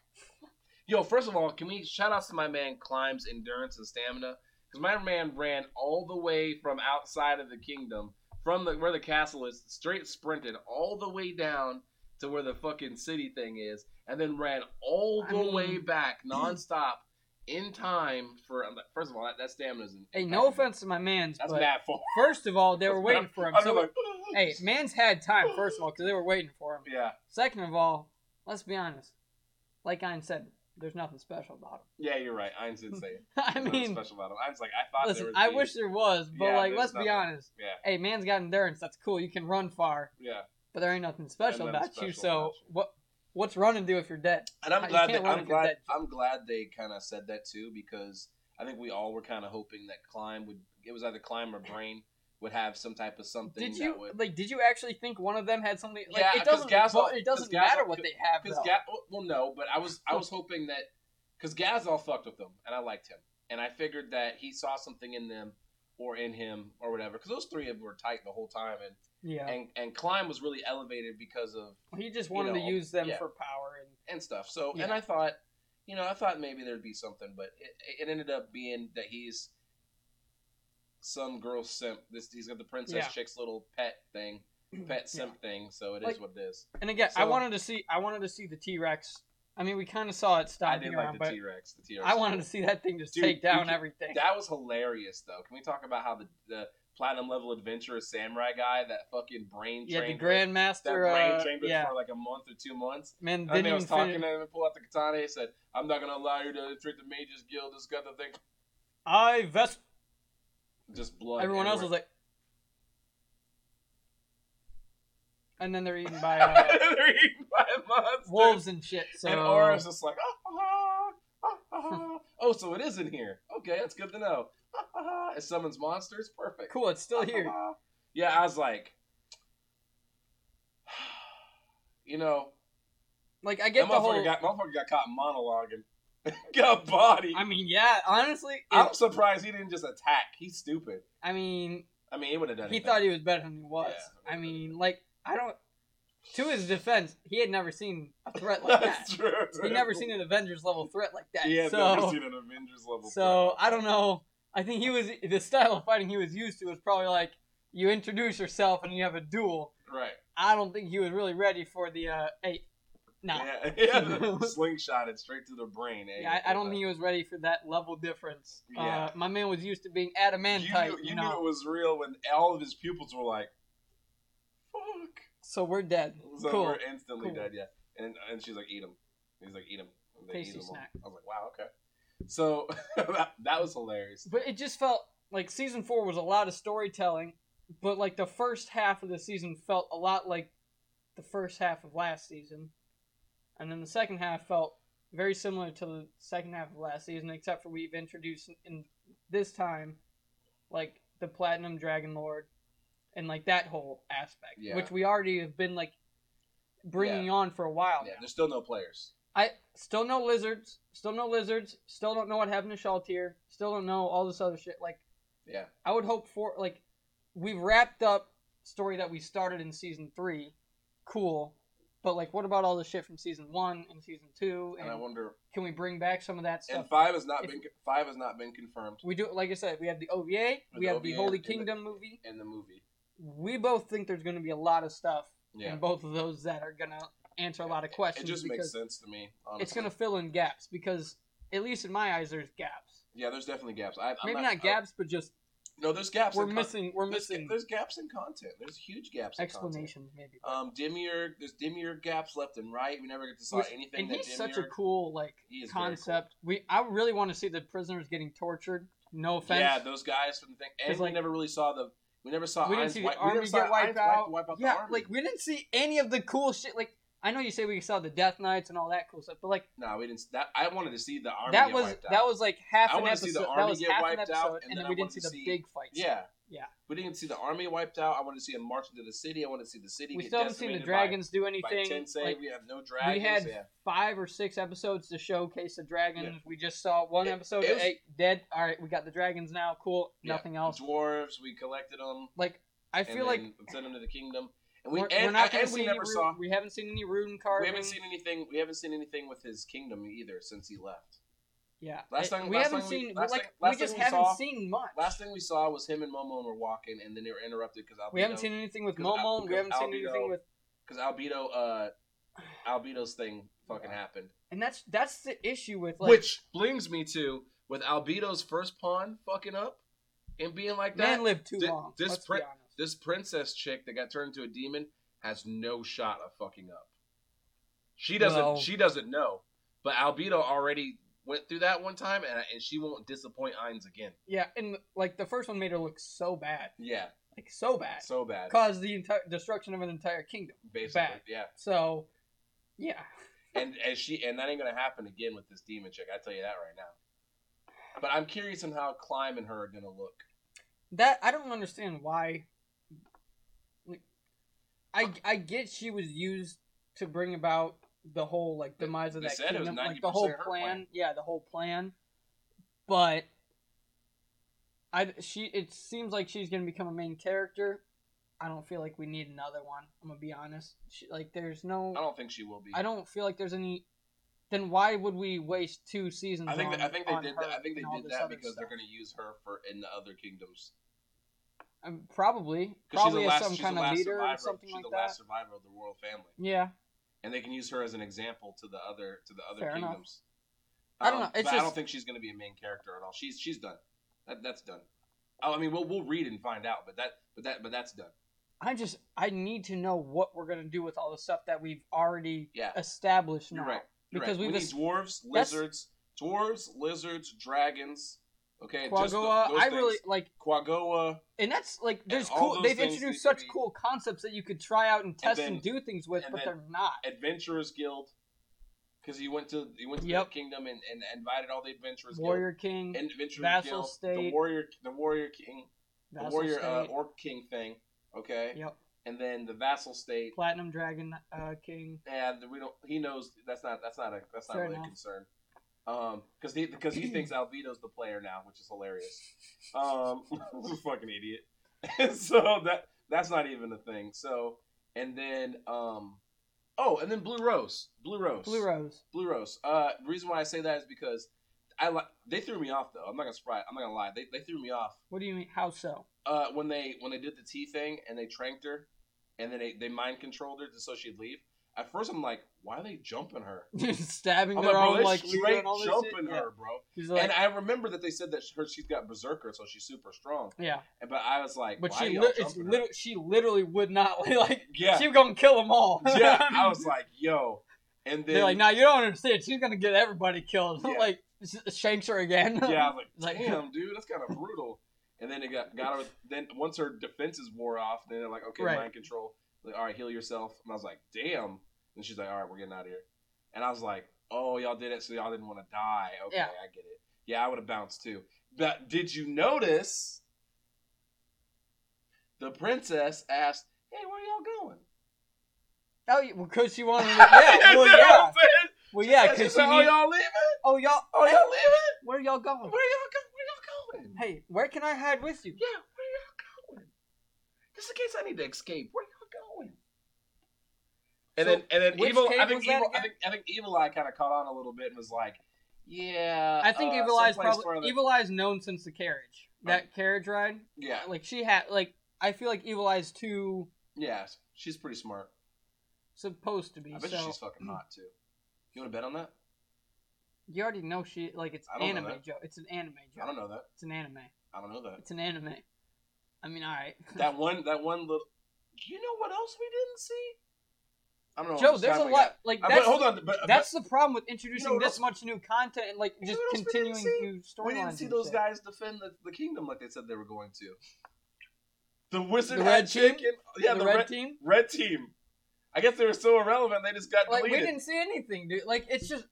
[SPEAKER 1] Yo, first of all, can we shout outs to my man Climb's endurance and stamina? Because my man ran all the way from outside of the kingdom, from the where the castle is, straight sprinted all the way down to where the fucking city thing is, and then ran all
[SPEAKER 2] I
[SPEAKER 1] the
[SPEAKER 2] mean- [CLEARS THROAT]
[SPEAKER 1] way back nonstop in time for. I'm like, First of all, that, that stamina is.
[SPEAKER 2] hey, no offense to my man's,
[SPEAKER 1] That's
[SPEAKER 2] but
[SPEAKER 1] bad for.
[SPEAKER 2] first of all, they were waiting for him.
[SPEAKER 1] I'm [LAUGHS]
[SPEAKER 2] So,
[SPEAKER 1] like,
[SPEAKER 2] hey, man's had time. First of all, because they were waiting for him.
[SPEAKER 1] Yeah,
[SPEAKER 2] Second of all, let's be honest. Like I said, there's nothing special about
[SPEAKER 1] yeah, you're right. I didn't say it.
[SPEAKER 2] him. [LAUGHS] I
[SPEAKER 1] Nothing
[SPEAKER 2] mean,
[SPEAKER 1] special about him. I was like, I thought there
[SPEAKER 2] listen,
[SPEAKER 1] was.
[SPEAKER 2] I
[SPEAKER 1] beef.
[SPEAKER 2] wish there was, but
[SPEAKER 1] Yeah,
[SPEAKER 2] like,
[SPEAKER 1] there's
[SPEAKER 2] let's be
[SPEAKER 1] nothing.
[SPEAKER 2] honest.
[SPEAKER 1] Yeah,
[SPEAKER 2] Hey, man's got endurance. That's cool. You can run far,
[SPEAKER 1] yeah.
[SPEAKER 2] but there ain't nothing special
[SPEAKER 1] nothing
[SPEAKER 2] about
[SPEAKER 1] special
[SPEAKER 2] you. So
[SPEAKER 1] about you.
[SPEAKER 2] what? What's running do if you're dead?
[SPEAKER 1] And I'm
[SPEAKER 2] You
[SPEAKER 1] glad.
[SPEAKER 2] can't
[SPEAKER 1] They,
[SPEAKER 2] run
[SPEAKER 1] I'm
[SPEAKER 2] if you're
[SPEAKER 1] glad.
[SPEAKER 2] dead.
[SPEAKER 1] I'm glad they kind of said that too because I think we all were kind of hoping that climb would. It was either climb or brain would have some type of something.
[SPEAKER 2] Did
[SPEAKER 1] that
[SPEAKER 2] you
[SPEAKER 1] would,
[SPEAKER 2] like? Did you actually think one of them had something? Like,
[SPEAKER 1] Yeah,
[SPEAKER 2] it
[SPEAKER 1] 'cause
[SPEAKER 2] doesn't.
[SPEAKER 1] Gasol-
[SPEAKER 2] but it
[SPEAKER 1] 'cause
[SPEAKER 2] doesn't
[SPEAKER 1] Gasol-
[SPEAKER 2] matter what they have.
[SPEAKER 1] Because
[SPEAKER 2] though.
[SPEAKER 1] Ga- well, no, but I was I was hoping that because Gasol fucked with them, and I liked him, and I figured that he saw something in them or in him or whatever. Because those three of them were tight the whole time, and
[SPEAKER 2] yeah.
[SPEAKER 1] and and climb was really elevated because of
[SPEAKER 2] He just wanted
[SPEAKER 1] know,
[SPEAKER 2] to use them
[SPEAKER 1] yeah.
[SPEAKER 2] for power, and
[SPEAKER 1] and stuff. So, and
[SPEAKER 2] Yeah.
[SPEAKER 1] I thought, you know, I thought maybe there'd be something, but it, it ended up being that he's some girl simp. This he's got the princess
[SPEAKER 2] Yeah.
[SPEAKER 1] chick's little pet thing,
[SPEAKER 2] [CLEARS THROAT]
[SPEAKER 1] pet simp thing. So it is
[SPEAKER 2] Like,
[SPEAKER 1] what it is.
[SPEAKER 2] and again, I
[SPEAKER 1] So-
[SPEAKER 2] wanted to see. I wanted to see the T Rex. I mean, we kind of saw
[SPEAKER 1] I
[SPEAKER 2] it stomping
[SPEAKER 1] did
[SPEAKER 2] around,
[SPEAKER 1] like the T Rex. The T
[SPEAKER 2] but
[SPEAKER 1] Rex.
[SPEAKER 2] I wanted to see that thing just
[SPEAKER 1] Dude,
[SPEAKER 2] take
[SPEAKER 1] you
[SPEAKER 2] down
[SPEAKER 1] can-
[SPEAKER 2] everything.
[SPEAKER 1] That was hilarious, though. Can we talk about how the, the platinum level adventurer samurai guy, that fucking brain
[SPEAKER 2] yeah, the
[SPEAKER 1] trained that
[SPEAKER 2] Grandmaster.
[SPEAKER 1] brain
[SPEAKER 2] Uh,
[SPEAKER 1] trained with
[SPEAKER 2] yeah,
[SPEAKER 1] for like a month or two months.
[SPEAKER 2] man.
[SPEAKER 1] And
[SPEAKER 2] Then
[SPEAKER 1] then I
[SPEAKER 2] you
[SPEAKER 1] was talking
[SPEAKER 2] finish-
[SPEAKER 1] to him and pull out the katana. He said, "I'm not gonna allow you to treat the mages guild. This got the thing."
[SPEAKER 2] I vest.
[SPEAKER 1] Just blood.
[SPEAKER 2] Everyone else
[SPEAKER 1] everywhere.
[SPEAKER 2] was like. And then they're eaten by
[SPEAKER 1] [LAUGHS]
[SPEAKER 2] uh,
[SPEAKER 1] They're eaten by monsters.
[SPEAKER 2] wolves and shit. So
[SPEAKER 1] And Aura's just like, ah, ah, ah, ah. oh, so it is in here. Okay, that's good to know. Ah, ah, ah. it summons monsters. Perfect.
[SPEAKER 2] cool, it's still
[SPEAKER 1] Ah,
[SPEAKER 2] here.
[SPEAKER 1] ah, ah. yeah, I was like, [SIGHS] you know,
[SPEAKER 2] Like I
[SPEAKER 1] that
[SPEAKER 2] get the
[SPEAKER 1] motherfucker,
[SPEAKER 2] whole.
[SPEAKER 1] got, motherfucker got caught monologuing. [LAUGHS] got body.
[SPEAKER 2] I
[SPEAKER 1] I'm,
[SPEAKER 2] mean, yeah. Honestly, it-
[SPEAKER 1] surprised he didn't just attack. He's stupid.
[SPEAKER 2] I mean,
[SPEAKER 1] I mean, he would have done
[SPEAKER 2] he
[SPEAKER 1] anything.
[SPEAKER 2] thought he was better than he was.
[SPEAKER 1] Yeah.
[SPEAKER 2] I mean, like I don't. To his defense, he had never seen
[SPEAKER 1] [LAUGHS]
[SPEAKER 2] a threat like that.
[SPEAKER 1] That's true.
[SPEAKER 2] He never seen an Avengers level threat like that.
[SPEAKER 1] He had
[SPEAKER 2] so,
[SPEAKER 1] never seen an Avengers level.
[SPEAKER 2] so
[SPEAKER 1] threat.
[SPEAKER 2] I don't know. I think he was the style of fighting he was used to was probably like you introduce yourself and you have a duel.
[SPEAKER 1] Right.
[SPEAKER 2] I don't think he was really ready for the uh, eight. No, yeah,
[SPEAKER 1] Yeah,
[SPEAKER 2] [LAUGHS]
[SPEAKER 1] yeah slingshot it straight to the brain. Eh?
[SPEAKER 2] I, I don't think he was ready for that level difference.
[SPEAKER 1] Yeah.
[SPEAKER 2] Uh, my man was used to being adamantite.
[SPEAKER 1] you,
[SPEAKER 2] You,
[SPEAKER 1] knew, you knew
[SPEAKER 2] know,
[SPEAKER 1] it was real when all of his pupils were like, "Fuck!"
[SPEAKER 2] so we're dead.
[SPEAKER 1] So
[SPEAKER 2] cool.
[SPEAKER 1] we're instantly
[SPEAKER 2] Cool.
[SPEAKER 1] dead. Yeah, and and she's like, "Eat him." He's like, "Eat him." And they
[SPEAKER 2] Tasty
[SPEAKER 1] eat 'em all.
[SPEAKER 2] snack.
[SPEAKER 1] I was like, "Wow, okay." So [LAUGHS] that, that was hilarious.
[SPEAKER 2] But it just felt like season four was a lot of storytelling, but like the first half of the season felt a lot like the first half of last season. And then the second half felt very similar to the second half of last season, except for we've introduced in this time like the Platinum Dragon Lord and like that whole aspect,
[SPEAKER 1] Yeah.
[SPEAKER 2] which we already have been like bringing on for a while.
[SPEAKER 1] Yeah,
[SPEAKER 2] now.
[SPEAKER 1] there's still no players.
[SPEAKER 2] I still no lizards, still no lizards, still don't know what happened to Shaltier, still don't know all this other shit. Like
[SPEAKER 1] Yeah,
[SPEAKER 2] I would hope for like we've wrapped up story that we started in season three, cool. But like, what about all the shit from season one and season two?
[SPEAKER 1] And
[SPEAKER 2] And,
[SPEAKER 1] I wonder.
[SPEAKER 2] can we bring back some of that stuff?
[SPEAKER 1] And five has not
[SPEAKER 2] If-
[SPEAKER 1] been five has not been confirmed
[SPEAKER 2] we do, like I said, we have the OVA,
[SPEAKER 1] The
[SPEAKER 2] we have the
[SPEAKER 1] OVA
[SPEAKER 2] Holy
[SPEAKER 1] and the-
[SPEAKER 2] Kingdom movie.
[SPEAKER 1] in the movie.
[SPEAKER 2] We both think there's going to be a lot of stuff
[SPEAKER 1] Yeah,
[SPEAKER 2] in both of those that are going to answer a lot of questions.
[SPEAKER 1] it just
[SPEAKER 2] because
[SPEAKER 1] makes sense to me. Honestly.
[SPEAKER 2] It's going to fill in gaps because, at least in my eyes, there's gaps.
[SPEAKER 1] Yeah, there's definitely gaps. I, I'm
[SPEAKER 2] Maybe not,
[SPEAKER 1] not, I-
[SPEAKER 2] gaps, but just
[SPEAKER 1] no, there's gaps.
[SPEAKER 2] we're
[SPEAKER 1] in con-
[SPEAKER 2] missing we're
[SPEAKER 1] there's-
[SPEAKER 2] missing
[SPEAKER 1] There's, gaps in content. There's huge gaps. in content.
[SPEAKER 2] explanations maybe. but-
[SPEAKER 1] Um, Dimir, there's Dimir gaps left and right. We never get to saw
[SPEAKER 2] Who's-
[SPEAKER 1] anything.
[SPEAKER 2] and
[SPEAKER 1] that
[SPEAKER 2] he's
[SPEAKER 1] Dimir,
[SPEAKER 2] such a cool like
[SPEAKER 1] He is very cool.
[SPEAKER 2] concept. We I really want to see the prisoners getting tortured. No offense.
[SPEAKER 1] Yeah, those guys from the thing, and
[SPEAKER 2] 'Cause,
[SPEAKER 1] we
[SPEAKER 2] like-
[SPEAKER 1] never really saw the. We never saw.
[SPEAKER 2] we didn't
[SPEAKER 1] Ein's
[SPEAKER 2] see
[SPEAKER 1] wipe-
[SPEAKER 2] the
[SPEAKER 1] we never
[SPEAKER 2] army
[SPEAKER 1] saw
[SPEAKER 2] get wiped
[SPEAKER 1] Ein's
[SPEAKER 2] out.
[SPEAKER 1] Wipe, wipe out
[SPEAKER 2] yeah,
[SPEAKER 1] the army.
[SPEAKER 2] like we didn't see any of the cool shit. Like I know you say we saw the Death Knights and all that cool stuff, but like
[SPEAKER 1] no, we didn't. s- That I wanted to see the army.
[SPEAKER 2] that
[SPEAKER 1] get
[SPEAKER 2] was
[SPEAKER 1] wiped out.
[SPEAKER 2] that was like half
[SPEAKER 1] I
[SPEAKER 2] an
[SPEAKER 1] wanna
[SPEAKER 2] episode.
[SPEAKER 1] see the
[SPEAKER 2] that
[SPEAKER 1] army
[SPEAKER 2] was
[SPEAKER 1] get
[SPEAKER 2] half an
[SPEAKER 1] wiped
[SPEAKER 2] episode,
[SPEAKER 1] out,
[SPEAKER 2] and,
[SPEAKER 1] and
[SPEAKER 2] then,
[SPEAKER 1] then I
[SPEAKER 2] we didn't
[SPEAKER 1] wanted
[SPEAKER 2] see
[SPEAKER 1] to see-
[SPEAKER 2] the big fights.
[SPEAKER 1] Yeah.
[SPEAKER 2] Yeah.
[SPEAKER 1] We didn't see the army wiped out. I wanted to see him march into the city. I wanted to see the city.
[SPEAKER 2] we
[SPEAKER 1] get
[SPEAKER 2] still haven't seen the
[SPEAKER 1] decimated
[SPEAKER 2] dragons do
[SPEAKER 1] By, by
[SPEAKER 2] anything.
[SPEAKER 1] Tensei,
[SPEAKER 2] Like,
[SPEAKER 1] we have no dragons.
[SPEAKER 2] had-
[SPEAKER 1] yeah.
[SPEAKER 2] five or six episodes to showcase the dragons. We just saw one
[SPEAKER 1] It-
[SPEAKER 2] episode.
[SPEAKER 1] it was-
[SPEAKER 2] hey, dead. All right, we got the dragons now. Cool.
[SPEAKER 1] Yeah.
[SPEAKER 2] Nothing else.
[SPEAKER 1] Dwarves. We collected them.
[SPEAKER 2] Like I
[SPEAKER 1] I
[SPEAKER 2] feel like
[SPEAKER 1] sent them to the kingdom. And we
[SPEAKER 2] we're,
[SPEAKER 1] and,
[SPEAKER 2] we're not going
[SPEAKER 1] and
[SPEAKER 2] to
[SPEAKER 1] we
[SPEAKER 2] see any.
[SPEAKER 1] never
[SPEAKER 2] Ru-
[SPEAKER 1] saw.
[SPEAKER 2] we haven't seen any rune
[SPEAKER 1] We
[SPEAKER 2] carving.
[SPEAKER 1] haven't seen anything. We haven't seen anything with his kingdom either since he left.
[SPEAKER 2] Yeah.
[SPEAKER 1] Last
[SPEAKER 2] It-
[SPEAKER 1] time-
[SPEAKER 2] we
[SPEAKER 1] last
[SPEAKER 2] haven't
[SPEAKER 1] time we-
[SPEAKER 2] seen.
[SPEAKER 1] last
[SPEAKER 2] like
[SPEAKER 1] thing- last
[SPEAKER 2] we just
[SPEAKER 1] thing we
[SPEAKER 2] haven't
[SPEAKER 1] saw-
[SPEAKER 2] seen much.
[SPEAKER 1] Last thing we saw was him and Momo were walking, and then they were interrupted because Albedo.
[SPEAKER 2] we haven't seen anything with
[SPEAKER 1] because Al-
[SPEAKER 2] Momo. We
[SPEAKER 1] because
[SPEAKER 2] haven't seen
[SPEAKER 1] Albedo-
[SPEAKER 2] anything with.
[SPEAKER 1] because Albedo, uh, Albedo's thing fucking happened.
[SPEAKER 2] And that's that's the issue with like.
[SPEAKER 1] Which brings me to with Albedo's first pawn fucking up and being like that.
[SPEAKER 2] man lived too
[SPEAKER 1] thi-
[SPEAKER 2] long.
[SPEAKER 1] this
[SPEAKER 2] let's
[SPEAKER 1] pre-
[SPEAKER 2] be honest.
[SPEAKER 1] this princess chick that got turned into a demon has no shot of fucking up. She doesn't.
[SPEAKER 2] Well-
[SPEAKER 1] she doesn't know. But Albedo already went through that one time, and, and she won't disappoint Ainz again.
[SPEAKER 2] Yeah, and like the first one made her look so bad,
[SPEAKER 1] Yeah,
[SPEAKER 2] like so bad,
[SPEAKER 1] so bad.
[SPEAKER 2] caused the entire destruction of an entire kingdom.
[SPEAKER 1] Basically,
[SPEAKER 2] bad.
[SPEAKER 1] yeah.
[SPEAKER 2] So, yeah,
[SPEAKER 1] and and she and that ain't gonna happen again with this demon chick. I tell you that right now. But I'm curious on how Climb and her are gonna look.
[SPEAKER 2] that I don't understand why. Like, I I get she was used to bring about the whole like demise of
[SPEAKER 1] They
[SPEAKER 2] that
[SPEAKER 1] said it was
[SPEAKER 2] kingdom, like the whole
[SPEAKER 1] 90% her
[SPEAKER 2] plan.
[SPEAKER 1] plan.
[SPEAKER 2] Yeah, the whole plan. But I she it seems like she's gonna become a main character. I don't feel like we need another one. I'm gonna be honest. She, like, there's no.
[SPEAKER 1] I don't think she will be.
[SPEAKER 2] I don't feel like there's any. Then why would we waste two seasons?
[SPEAKER 1] I think
[SPEAKER 2] on,
[SPEAKER 1] that, I think they
[SPEAKER 2] on
[SPEAKER 1] did
[SPEAKER 2] her
[SPEAKER 1] that. I think they
[SPEAKER 2] and all
[SPEAKER 1] did
[SPEAKER 2] this
[SPEAKER 1] that
[SPEAKER 2] other
[SPEAKER 1] because
[SPEAKER 2] stuff?
[SPEAKER 1] they're gonna use her for in the other kingdoms.
[SPEAKER 2] Um, probably,
[SPEAKER 1] 'Cause she's the
[SPEAKER 2] probably as
[SPEAKER 1] last,
[SPEAKER 2] some
[SPEAKER 1] she's
[SPEAKER 2] kind
[SPEAKER 1] the
[SPEAKER 2] of
[SPEAKER 1] last
[SPEAKER 2] leader
[SPEAKER 1] survivor,
[SPEAKER 2] or something
[SPEAKER 1] she's
[SPEAKER 2] like
[SPEAKER 1] the
[SPEAKER 2] that.
[SPEAKER 1] last survivor of the royal family,
[SPEAKER 2] Yeah,
[SPEAKER 1] and they can use her as an example to the other to the other
[SPEAKER 2] Fair enough.
[SPEAKER 1] kingdoms.
[SPEAKER 2] I don't
[SPEAKER 1] Um,
[SPEAKER 2] know, it's
[SPEAKER 1] but I don't
[SPEAKER 2] just-
[SPEAKER 1] think she's gonna be a main character at all. She's she's done. That, that's done. Oh, I mean, we'll we'll read and find out, but that but that but that's done.
[SPEAKER 2] I just I need to know what we're gonna do with all the stuff that we've already
[SPEAKER 1] Yeah.
[SPEAKER 2] established
[SPEAKER 1] You're
[SPEAKER 2] now.
[SPEAKER 1] right. You're
[SPEAKER 2] Because
[SPEAKER 1] right. we
[SPEAKER 2] we've
[SPEAKER 1] need
[SPEAKER 2] es-
[SPEAKER 1] dwarves,
[SPEAKER 2] that's-
[SPEAKER 1] lizards, dwarves, lizards, dragons. Okay, just th-
[SPEAKER 2] Quaggoa,
[SPEAKER 1] those
[SPEAKER 2] I
[SPEAKER 1] things.
[SPEAKER 2] really like,
[SPEAKER 1] Quaggoa,
[SPEAKER 2] and that's like there's
[SPEAKER 1] all
[SPEAKER 2] cool.
[SPEAKER 1] those
[SPEAKER 2] They've
[SPEAKER 1] things
[SPEAKER 2] introduced
[SPEAKER 1] need to
[SPEAKER 2] such
[SPEAKER 1] be-
[SPEAKER 2] cool concepts that you could try out and test and,
[SPEAKER 1] then-
[SPEAKER 2] do things with,
[SPEAKER 1] and
[SPEAKER 2] but
[SPEAKER 1] then-
[SPEAKER 2] they're not.
[SPEAKER 1] Adventurers Guild, because you went to you went to
[SPEAKER 2] Yep.
[SPEAKER 1] the kingdom and, and invited all the adventurers.
[SPEAKER 2] Warrior
[SPEAKER 1] Guild,
[SPEAKER 2] King,
[SPEAKER 1] and adventurers
[SPEAKER 2] Vassal
[SPEAKER 1] guild, the
[SPEAKER 2] State.
[SPEAKER 1] warrior, the warrior king, the
[SPEAKER 2] Vassal
[SPEAKER 1] warrior
[SPEAKER 2] State,
[SPEAKER 1] uh, orc king thing. Okay,
[SPEAKER 2] yep,
[SPEAKER 1] and then the vassal state.
[SPEAKER 2] Platinum Dragon uh, King.
[SPEAKER 1] And we don't. He knows that's not that's not a that's not
[SPEAKER 2] Fair
[SPEAKER 1] really a
[SPEAKER 2] enough.
[SPEAKER 1] concern. Um, because he because he
[SPEAKER 2] [CLEARS THROAT]
[SPEAKER 1] thinks Albedo's the player now, which is hilarious. Um, [LAUGHS] he's a fucking idiot. [LAUGHS] And so that that's not even a thing. So and then um, oh, and then Blue Rose, Blue Rose,
[SPEAKER 2] Blue Rose.
[SPEAKER 1] Blue Rose. Uh, reason why I say that is because I li- they threw me off though. I'm not gonna surprise. I'm not gonna lie. They they threw me off.
[SPEAKER 2] What do you mean? How so? [LAUGHS]
[SPEAKER 1] Uh, when they when they did the tea thing and they tranked her, and then they, they mind controlled her so she'd leave. At first, I'm like, why are they jumping her?
[SPEAKER 2] Stabbing
[SPEAKER 1] I'm
[SPEAKER 2] their
[SPEAKER 1] like, bro,
[SPEAKER 2] own
[SPEAKER 1] they're
[SPEAKER 2] like leader
[SPEAKER 1] straight
[SPEAKER 2] and all this shit.
[SPEAKER 1] jumping
[SPEAKER 2] Yeah.
[SPEAKER 1] her, bro.
[SPEAKER 2] She's like,
[SPEAKER 1] and I remember that they said that her she's got berserker, so she's super strong.
[SPEAKER 2] yeah,
[SPEAKER 1] And- But I was like,
[SPEAKER 2] but
[SPEAKER 1] why
[SPEAKER 2] she
[SPEAKER 1] are y'all
[SPEAKER 2] li- it's
[SPEAKER 1] jumping her?
[SPEAKER 2] literally she literally would not [LAUGHS] like
[SPEAKER 1] yeah,
[SPEAKER 2] she was gonna kill them all.
[SPEAKER 1] yeah.
[SPEAKER 2] [LAUGHS]
[SPEAKER 1] I was like, yo. And then
[SPEAKER 2] They're like, no, you don't understand. She's gonna get everybody killed. [LAUGHS]
[SPEAKER 1] Yeah.
[SPEAKER 2] like, s- shanks her again. [LAUGHS]
[SPEAKER 1] yeah, I was [LAUGHS] like,
[SPEAKER 2] Like-
[SPEAKER 1] damn, dude, that's kind of brutal. And then it got got her. Then once her defenses wore off, then they're like, okay,
[SPEAKER 2] Right.
[SPEAKER 1] mind control. Like, all right, heal yourself. And I was like, damn. And she's like, all right, we're getting out of here. And I was like, oh, y'all did it, so y'all didn't want to die. Okay,
[SPEAKER 2] Yeah.
[SPEAKER 1] I get it. Yeah, I would have bounced too. But did you notice? The princess asked, "Hey, where y'all going?"
[SPEAKER 2] Oh, yeah, well, because
[SPEAKER 1] [LAUGHS]
[SPEAKER 2] she wanted. To, [LAUGHS] yeah, well,
[SPEAKER 1] You know what
[SPEAKER 2] yeah,
[SPEAKER 1] I'm saying?
[SPEAKER 2] well, yeah,
[SPEAKER 1] She's
[SPEAKER 2] because she.
[SPEAKER 1] like, "Oh,
[SPEAKER 2] Need,
[SPEAKER 1] y'all leaving?
[SPEAKER 2] oh, y'all.
[SPEAKER 1] Oh, y'all leaving?
[SPEAKER 2] Where y'all going?
[SPEAKER 1] Where y'all going? Where y'all going?"
[SPEAKER 2] Hey, where can I hide with you?
[SPEAKER 1] Yeah, where y'all going? just in case I need to escape, where y'all going? And
[SPEAKER 2] So,
[SPEAKER 1] then and then
[SPEAKER 2] which
[SPEAKER 1] evil. I
[SPEAKER 2] cave
[SPEAKER 1] think
[SPEAKER 2] was that
[SPEAKER 1] evil. I
[SPEAKER 2] again?
[SPEAKER 1] think I think evil eye kind of caught on a little bit and was like, yeah.
[SPEAKER 2] I think
[SPEAKER 1] uh,
[SPEAKER 2] Evil Eye's
[SPEAKER 1] someplace
[SPEAKER 2] probably
[SPEAKER 1] further. Uh.
[SPEAKER 2] Evil Eye's known since the carriage. That carriage ride.
[SPEAKER 1] Yeah,
[SPEAKER 2] Like she had like I feel like Evil Eye's too
[SPEAKER 1] yeah. She's pretty smart.
[SPEAKER 2] supposed to be.
[SPEAKER 1] I bet
[SPEAKER 2] so
[SPEAKER 1] she's fucking hot too. You want to bet on that?
[SPEAKER 2] you already know she like it's
[SPEAKER 1] I don't know
[SPEAKER 2] anime
[SPEAKER 1] that.
[SPEAKER 2] joke. It's an anime
[SPEAKER 1] I don't
[SPEAKER 2] joke.
[SPEAKER 1] know that.
[SPEAKER 2] It's an anime.
[SPEAKER 1] I don't know that.
[SPEAKER 2] It's an anime. I mean, all right.
[SPEAKER 1] That one. That one little. You know what else we didn't see? I don't know. how
[SPEAKER 2] Joe,
[SPEAKER 1] much
[SPEAKER 2] there's a
[SPEAKER 1] time we
[SPEAKER 2] lot like
[SPEAKER 1] got. Uh,
[SPEAKER 2] that's
[SPEAKER 1] but hold on. But,
[SPEAKER 2] that's the problem with introducing
[SPEAKER 1] what
[SPEAKER 2] this
[SPEAKER 1] else-
[SPEAKER 2] much new content and like
[SPEAKER 1] You know
[SPEAKER 2] just
[SPEAKER 1] what else we didn't see?
[SPEAKER 2] continuing new storylines.
[SPEAKER 1] but we didn't see
[SPEAKER 2] and
[SPEAKER 1] those
[SPEAKER 2] shit.
[SPEAKER 1] guys defend the, the kingdom like they said they were going to. The wizard
[SPEAKER 2] The
[SPEAKER 1] had
[SPEAKER 2] red team?
[SPEAKER 1] chicken. Yeah,
[SPEAKER 2] the,
[SPEAKER 1] the,
[SPEAKER 2] red,
[SPEAKER 1] red,
[SPEAKER 2] team.
[SPEAKER 1] red team. I guess they were so irrelevant they just got
[SPEAKER 2] Like we
[SPEAKER 1] deleted.
[SPEAKER 2] didn't see anything, dude. Like it's just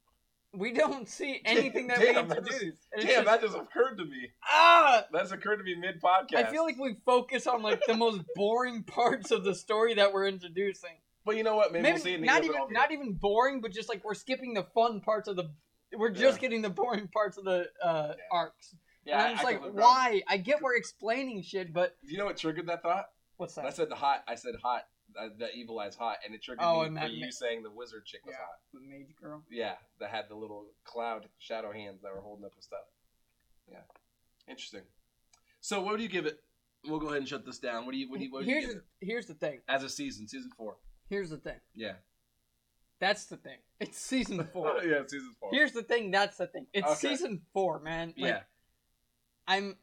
[SPEAKER 2] we don't see anything that
[SPEAKER 1] [LAUGHS] Damn,
[SPEAKER 2] we
[SPEAKER 1] that just-
[SPEAKER 2] introduce. And it's
[SPEAKER 1] Damn,
[SPEAKER 2] just-
[SPEAKER 1] that just occurred to me.
[SPEAKER 2] ah,
[SPEAKER 1] That's occurred to me mid podcast.
[SPEAKER 2] I feel like we focus on like the most boring [LAUGHS] parts of the story that we're introducing.
[SPEAKER 1] but you know what? Maybe, we'll see it in the
[SPEAKER 2] not
[SPEAKER 1] year, but
[SPEAKER 2] even
[SPEAKER 1] I'll be-
[SPEAKER 2] not even boring, but just like we're skipping the fun parts of the. We're just
[SPEAKER 1] Yeah.
[SPEAKER 2] getting the boring parts of the uh,
[SPEAKER 1] Yeah.
[SPEAKER 2] arcs.
[SPEAKER 1] Yeah,
[SPEAKER 2] and
[SPEAKER 1] I-
[SPEAKER 2] I'm just
[SPEAKER 1] I
[SPEAKER 2] like,
[SPEAKER 1] completely-
[SPEAKER 2] why? I get we're explaining shit, but
[SPEAKER 1] You know what triggered that thought?
[SPEAKER 2] what's
[SPEAKER 1] I
[SPEAKER 2] that?
[SPEAKER 1] said the hot. I said hot. Uh, that evil eye's hot, and it triggered
[SPEAKER 2] Oh,
[SPEAKER 1] me
[SPEAKER 2] and
[SPEAKER 1] for
[SPEAKER 2] that
[SPEAKER 1] you
[SPEAKER 2] ma-
[SPEAKER 1] saying the wizard chick was
[SPEAKER 2] Yeah.
[SPEAKER 1] hot.
[SPEAKER 2] The mage girl.
[SPEAKER 1] Yeah, that had the little cloud shadow hands that were holding up the stuff. Yeah, interesting. So, what do you give it? We'll go ahead and shut this down. What do you? What do you? What do you
[SPEAKER 2] here's
[SPEAKER 1] give
[SPEAKER 2] the,
[SPEAKER 1] it?
[SPEAKER 2] here's the thing.
[SPEAKER 1] As a season, season four.
[SPEAKER 2] Here's the thing.
[SPEAKER 1] Yeah.
[SPEAKER 2] That's the thing.
[SPEAKER 1] [LAUGHS]
[SPEAKER 2] It's season four.
[SPEAKER 1] Oh, yeah, season four.
[SPEAKER 2] Here's the thing. That's the thing. It's
[SPEAKER 1] Okay.
[SPEAKER 2] season four, man. Like,
[SPEAKER 1] yeah.
[SPEAKER 2] I'm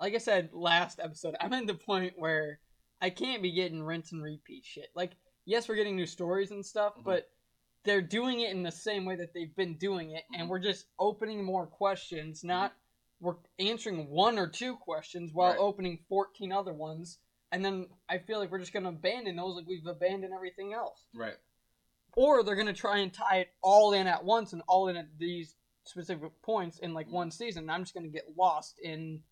[SPEAKER 2] like I said last episode, I'm at the point where I can't be getting rinse and repeat shit. Like, yes, we're getting new stories and stuff,
[SPEAKER 1] Mhm.
[SPEAKER 2] but they're doing it in the same way that they've been doing it, and
[SPEAKER 1] Mhm.
[SPEAKER 2] we're just opening more questions, not we're answering one or two questions while
[SPEAKER 1] Right.
[SPEAKER 2] opening 14 other ones, and then I feel like we're just gonna abandon those like we've abandoned everything else.
[SPEAKER 1] Right.
[SPEAKER 2] Or they're gonna try and tie it all in at once and all in at these specific points in like one season. and I'm just gonna get lost in,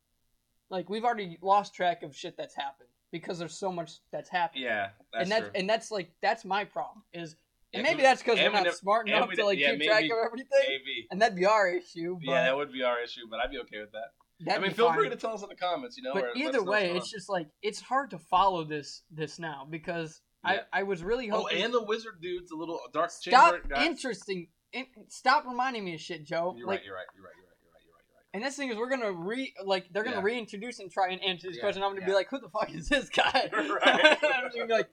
[SPEAKER 2] like we've already lost track of shit that's happened because there's so much that's happened.
[SPEAKER 1] Yeah. That's
[SPEAKER 2] and that's
[SPEAKER 1] true.
[SPEAKER 2] and that's like that's my problem is,
[SPEAKER 1] Yeah,
[SPEAKER 2] and maybe
[SPEAKER 1] 'cause-
[SPEAKER 2] that's because we're
[SPEAKER 1] and we
[SPEAKER 2] not
[SPEAKER 1] nev-
[SPEAKER 2] smart
[SPEAKER 1] and
[SPEAKER 2] enough
[SPEAKER 1] we
[SPEAKER 2] to
[SPEAKER 1] ne-
[SPEAKER 2] like
[SPEAKER 1] yeah,
[SPEAKER 2] keep
[SPEAKER 1] maybe-
[SPEAKER 2] track of everything,
[SPEAKER 1] maybe.
[SPEAKER 2] and that'd be our issue. But
[SPEAKER 1] Yeah, that would be our issue, but I'd be okay with that. I
[SPEAKER 2] that'd
[SPEAKER 1] mean,
[SPEAKER 2] be
[SPEAKER 1] feel
[SPEAKER 2] fine.
[SPEAKER 1] free to tell us in the comments. You know. or
[SPEAKER 2] But
[SPEAKER 1] let us know
[SPEAKER 2] either
[SPEAKER 1] what's
[SPEAKER 2] way,
[SPEAKER 1] going
[SPEAKER 2] it's
[SPEAKER 1] on.
[SPEAKER 2] just like it's hard to follow this this now because
[SPEAKER 1] Yeah.
[SPEAKER 2] I I was really
[SPEAKER 1] Oh,
[SPEAKER 2] hoping.
[SPEAKER 1] and the wizard dude's a little dark
[SPEAKER 2] stop
[SPEAKER 1] chamber. guy.
[SPEAKER 2] interesting. In, stop reminding me of shit, Joe.
[SPEAKER 1] You're
[SPEAKER 2] like,
[SPEAKER 1] right. You're right. You're right. You're right. You're right. You're right. You're right.
[SPEAKER 2] And this thing is, we're gonna re like they're gonna
[SPEAKER 1] Yeah.
[SPEAKER 2] reintroduce and try and answer these
[SPEAKER 1] Yeah,
[SPEAKER 2] questions. I'm gonna be
[SPEAKER 1] yeah.
[SPEAKER 2] like, who the fuck is this guy?
[SPEAKER 1] [LAUGHS] Right.
[SPEAKER 2] [LAUGHS] I'm just gonna be like,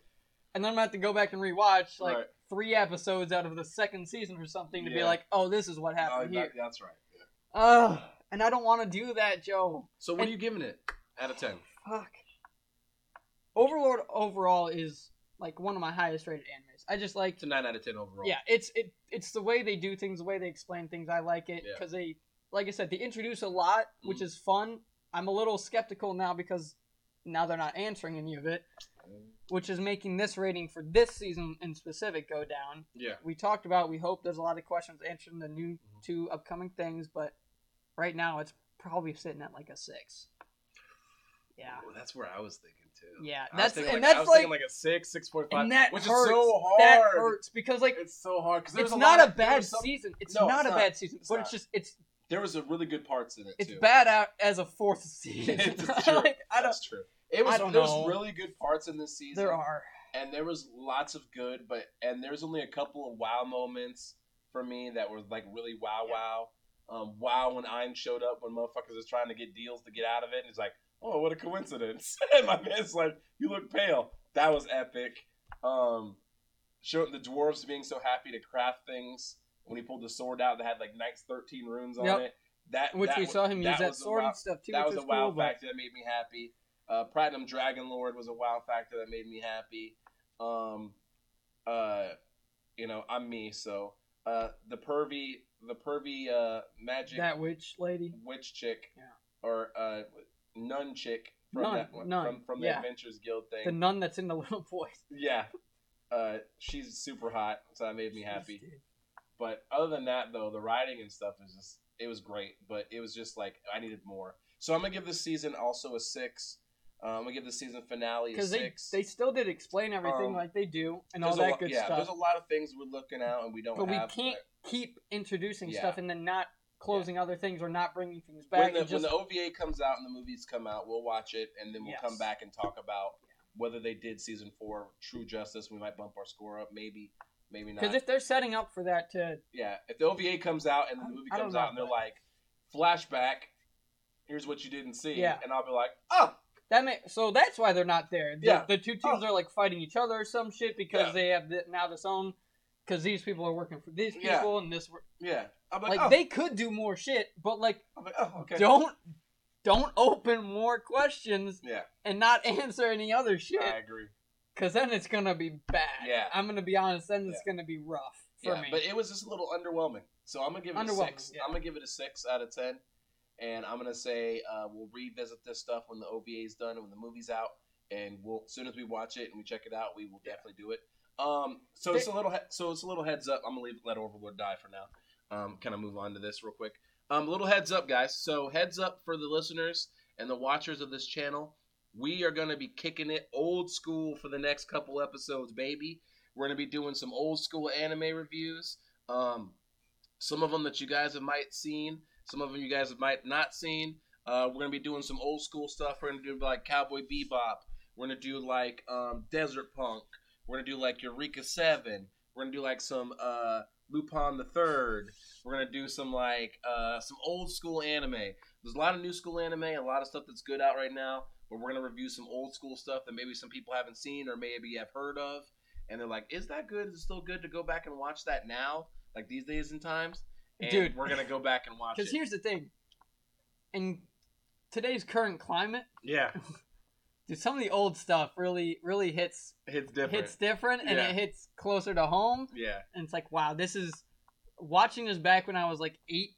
[SPEAKER 2] and then I'm gonna have to go back and rewatch like
[SPEAKER 1] Right.
[SPEAKER 2] three episodes out of the second season or something to be
[SPEAKER 1] Yeah.
[SPEAKER 2] like, oh, this is what
[SPEAKER 1] Oh,
[SPEAKER 2] happened
[SPEAKER 1] that-
[SPEAKER 2] here.
[SPEAKER 1] that's right. Yeah.
[SPEAKER 2] Ugh. and I don't want to do that, Joe.
[SPEAKER 1] So what are you giving it out of ten?
[SPEAKER 2] Fuck. Overlord overall is like one of my highest rated animes. I just like
[SPEAKER 1] It's a nine out of ten overall.
[SPEAKER 2] Yeah, it's it it's the way they do things, the way they explain things. I like it
[SPEAKER 1] Yeah.
[SPEAKER 2] because they, like I said, they introduce a lot, which
[SPEAKER 1] Mhm.
[SPEAKER 2] is fun. I'm a little skeptical now because now they're not answering any of it, which is making this rating for this season in specific go down.
[SPEAKER 1] Yeah.
[SPEAKER 2] We talked about we hope there's a lot of questions answered in the new
[SPEAKER 1] Mm-hmm.
[SPEAKER 2] two upcoming things, but right now it's probably sitting at like a six. Yeah,
[SPEAKER 1] Oh, that's where I was thinking too.
[SPEAKER 2] Yeah,
[SPEAKER 1] I was
[SPEAKER 2] that's-
[SPEAKER 1] thinking
[SPEAKER 2] and
[SPEAKER 1] like, I
[SPEAKER 2] that's
[SPEAKER 1] was thinking
[SPEAKER 2] like-
[SPEAKER 1] like a six, six point five,
[SPEAKER 2] and that
[SPEAKER 1] which
[SPEAKER 2] hurts.
[SPEAKER 1] is so hard.
[SPEAKER 2] that hurts because like
[SPEAKER 1] It's so hard because
[SPEAKER 2] it's not a, bad
[SPEAKER 1] Some,
[SPEAKER 2] season. It's
[SPEAKER 1] No,
[SPEAKER 2] not
[SPEAKER 1] it's
[SPEAKER 2] a
[SPEAKER 1] not.
[SPEAKER 2] bad season,
[SPEAKER 1] It's
[SPEAKER 2] but
[SPEAKER 1] not.
[SPEAKER 2] it's just it's
[SPEAKER 1] there was a really good parts in it
[SPEAKER 2] It's
[SPEAKER 1] too.
[SPEAKER 2] bad out as a fourth [LAUGHS] season.
[SPEAKER 1] It's true.
[SPEAKER 2] [LAUGHS] like, I don't.
[SPEAKER 1] That's true. It was
[SPEAKER 2] I don't
[SPEAKER 1] there was
[SPEAKER 2] know.
[SPEAKER 1] really good parts in this season.
[SPEAKER 2] There are.
[SPEAKER 1] and there was lots of good, but and there's only a couple of wow moments for me that were like really wow
[SPEAKER 2] Yeah.
[SPEAKER 1] wow. Um, wow when Ein showed up when motherfuckers was trying to get deals to get out of it, and it's like, oh, what a coincidence. [LAUGHS] and my man's like, you look pale. That was epic. Um, show the dwarves being so happy to craft things when he pulled the sword out that had like Knights thirteen runes on
[SPEAKER 2] Yep.
[SPEAKER 1] it. That
[SPEAKER 2] Which
[SPEAKER 1] that
[SPEAKER 2] we
[SPEAKER 1] wa-
[SPEAKER 2] saw him use that
[SPEAKER 1] was a
[SPEAKER 2] sword
[SPEAKER 1] wow-
[SPEAKER 2] and stuff too.
[SPEAKER 1] that
[SPEAKER 2] which
[SPEAKER 1] was a wow
[SPEAKER 2] cool, but-
[SPEAKER 1] factor that made me happy. Uh, Platinum Dragon Lord was a wow factor that made me happy. Um, uh, you know, I'm me, so uh, the pervy, the pervy uh, magic
[SPEAKER 2] That witch lady.
[SPEAKER 1] witch chick
[SPEAKER 2] Yeah.
[SPEAKER 1] or uh, nun chick from
[SPEAKER 2] Nun,
[SPEAKER 1] that one
[SPEAKER 2] nun,
[SPEAKER 1] from, from the
[SPEAKER 2] yeah.
[SPEAKER 1] Adventures Guild thing.
[SPEAKER 2] The nun that's in the little [LAUGHS] boy.
[SPEAKER 1] yeah, uh, she's super hot, so that made me happy. But other than that, though, the writing and stuff is just it was great, but it was just like I needed more. So I'm gonna give this season also a six. Um, I'm gonna give the season finale a
[SPEAKER 2] Because they,
[SPEAKER 1] six.
[SPEAKER 2] they still did explain everything
[SPEAKER 1] Um,
[SPEAKER 2] like they do and all
[SPEAKER 1] There's a
[SPEAKER 2] that
[SPEAKER 1] lot-
[SPEAKER 2] good
[SPEAKER 1] yeah,
[SPEAKER 2] stuff.
[SPEAKER 1] there's a lot of things we're looking out and we don't.
[SPEAKER 2] but we
[SPEAKER 1] have,
[SPEAKER 2] can't keep introducing
[SPEAKER 1] Yeah.
[SPEAKER 2] stuff and then not closing other things or not bringing things
[SPEAKER 1] When
[SPEAKER 2] back.
[SPEAKER 1] the,
[SPEAKER 2] and
[SPEAKER 1] when the
[SPEAKER 2] just-
[SPEAKER 1] OVA comes out and the movies come out, we'll watch it and then we'll come
[SPEAKER 2] Yes.
[SPEAKER 1] back and talk about whether they did season four true justice. We might bump our score up, maybe, maybe not.
[SPEAKER 2] Because if they're setting up for that to
[SPEAKER 1] yeah, if the OVA comes out and the
[SPEAKER 2] I-
[SPEAKER 1] movie
[SPEAKER 2] I don't
[SPEAKER 1] comes
[SPEAKER 2] know
[SPEAKER 1] out and they're like, flashback, here's what you didn't see,
[SPEAKER 2] Yeah.
[SPEAKER 1] and I'll be like, oh,
[SPEAKER 2] that, may, so that's why they're not there. The,
[SPEAKER 1] Yeah.
[SPEAKER 2] the two teams are like fighting each other or some shit because
[SPEAKER 1] Yeah.
[SPEAKER 2] they have th now this own. Because these people are working for these people
[SPEAKER 1] Yeah.
[SPEAKER 2] and this wor-
[SPEAKER 1] yeah. I'm like,
[SPEAKER 2] like
[SPEAKER 1] oh.
[SPEAKER 2] they could do more shit, but like
[SPEAKER 1] I'm like, oh, okay.
[SPEAKER 2] don't don't open more questions
[SPEAKER 1] Yeah,
[SPEAKER 2] and not [LAUGHS] answer any other shit.
[SPEAKER 1] I agree.
[SPEAKER 2] Cause then it's gonna be bad.
[SPEAKER 1] Yeah.
[SPEAKER 2] I'm gonna be honest. Then it's gonna be rough for
[SPEAKER 1] yeah,
[SPEAKER 2] me.
[SPEAKER 1] but it was just a little underwhelming. So I'm gonna give it a
[SPEAKER 2] Underwhelming,
[SPEAKER 1] six.
[SPEAKER 2] yeah.
[SPEAKER 1] I'm gonna give it a six out of ten, and I'm gonna say uh, we'll revisit this stuff when the OVA's done and when the movie's out, and we'll as soon as we watch it and we check it out, we will definitely do it. Um, so it's a little he- so it's a little heads up. I'm gonna leave let Overlord die for now. Um, kind of move on to this real quick. Um, little heads up, guys. So heads up for the listeners and the watchers of this channel. We are gonna be kicking it old school for the next couple episodes, baby. We're gonna be doing some old school anime reviews. Um, some of them that you guys have might seen, some of them you guys have might not seen. Uh, we're gonna be doing some old school stuff. We're gonna do like Cowboy Bebop. We're gonna do like um, Desert Punk. We're gonna do like Eureka Seven. We're gonna do like some uh, Lupin the Third. We're gonna do some like uh, some old school anime. There's a lot of new school anime, a lot of stuff that's good out right now. But we're gonna review some old school stuff that maybe some people haven't seen or maybe have heard of and they're like, "Is that good? Is it still good to go back and watch that now? Like these days and times?" And
[SPEAKER 2] Dude.
[SPEAKER 1] we're gonna go back and
[SPEAKER 2] [LAUGHS]
[SPEAKER 1] watch it.
[SPEAKER 2] Because here's the thing. In today's current climate,
[SPEAKER 1] yeah,
[SPEAKER 2] dude, some of the old stuff really really hits
[SPEAKER 1] it's different.
[SPEAKER 2] hits different and
[SPEAKER 1] Yeah.
[SPEAKER 2] it hits closer to home.
[SPEAKER 1] yeah,
[SPEAKER 2] And it's like, wow, this is watching this back when I was like eight,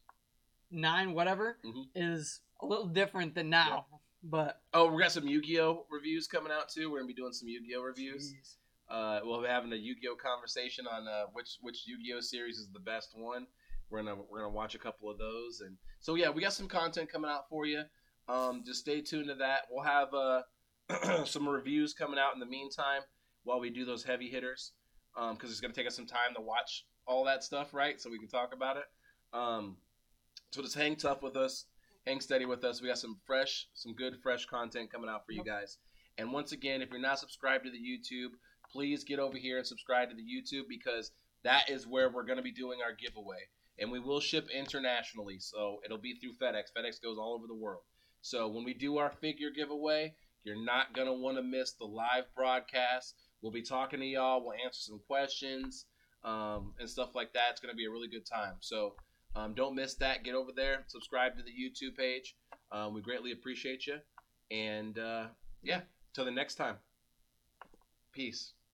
[SPEAKER 2] nine, whatever,
[SPEAKER 1] Mhm.
[SPEAKER 2] is a little different than now. But
[SPEAKER 1] Oh, we got some Yu-Gi-Oh reviews coming out too. We're gonna be doing some Yu-Gi-Oh reviews.
[SPEAKER 2] Jeez.
[SPEAKER 1] Uh, we'll be having a Yu-Gi-Oh conversation on uh, which which Yu-Gi-Oh series is the best one. We're gonna we're gonna watch a couple of those, and so yeah, we got some content coming out for you. Um, just stay tuned to that. We'll have uh, [CLEARS THROAT] some reviews coming out in the meantime while we do those heavy hitters, because it's gonna take us some time to watch all that stuff, right? So we can talk about it. Um, so just hang tough with us, hang steady with us. We got some fresh, some good fresh content coming out for you
[SPEAKER 2] Yep.
[SPEAKER 1] guys. And once again, if you're not subscribed to the YouTube, please get over here and subscribe to the YouTube because that is where we're going to be doing our giveaway. And we will ship internationally, so it'll be through FedEx. FedEx goes all over the world. So when we do our figure giveaway, you're not going to want to miss the live broadcast. We'll be talking to y'all, we'll answer some questions um, and stuff like that. It's going to be a really good time. So um, don't miss that. Get over there, subscribe to the YouTube page. Um, we greatly appreciate you. And uh, yeah, till the next time. Peace.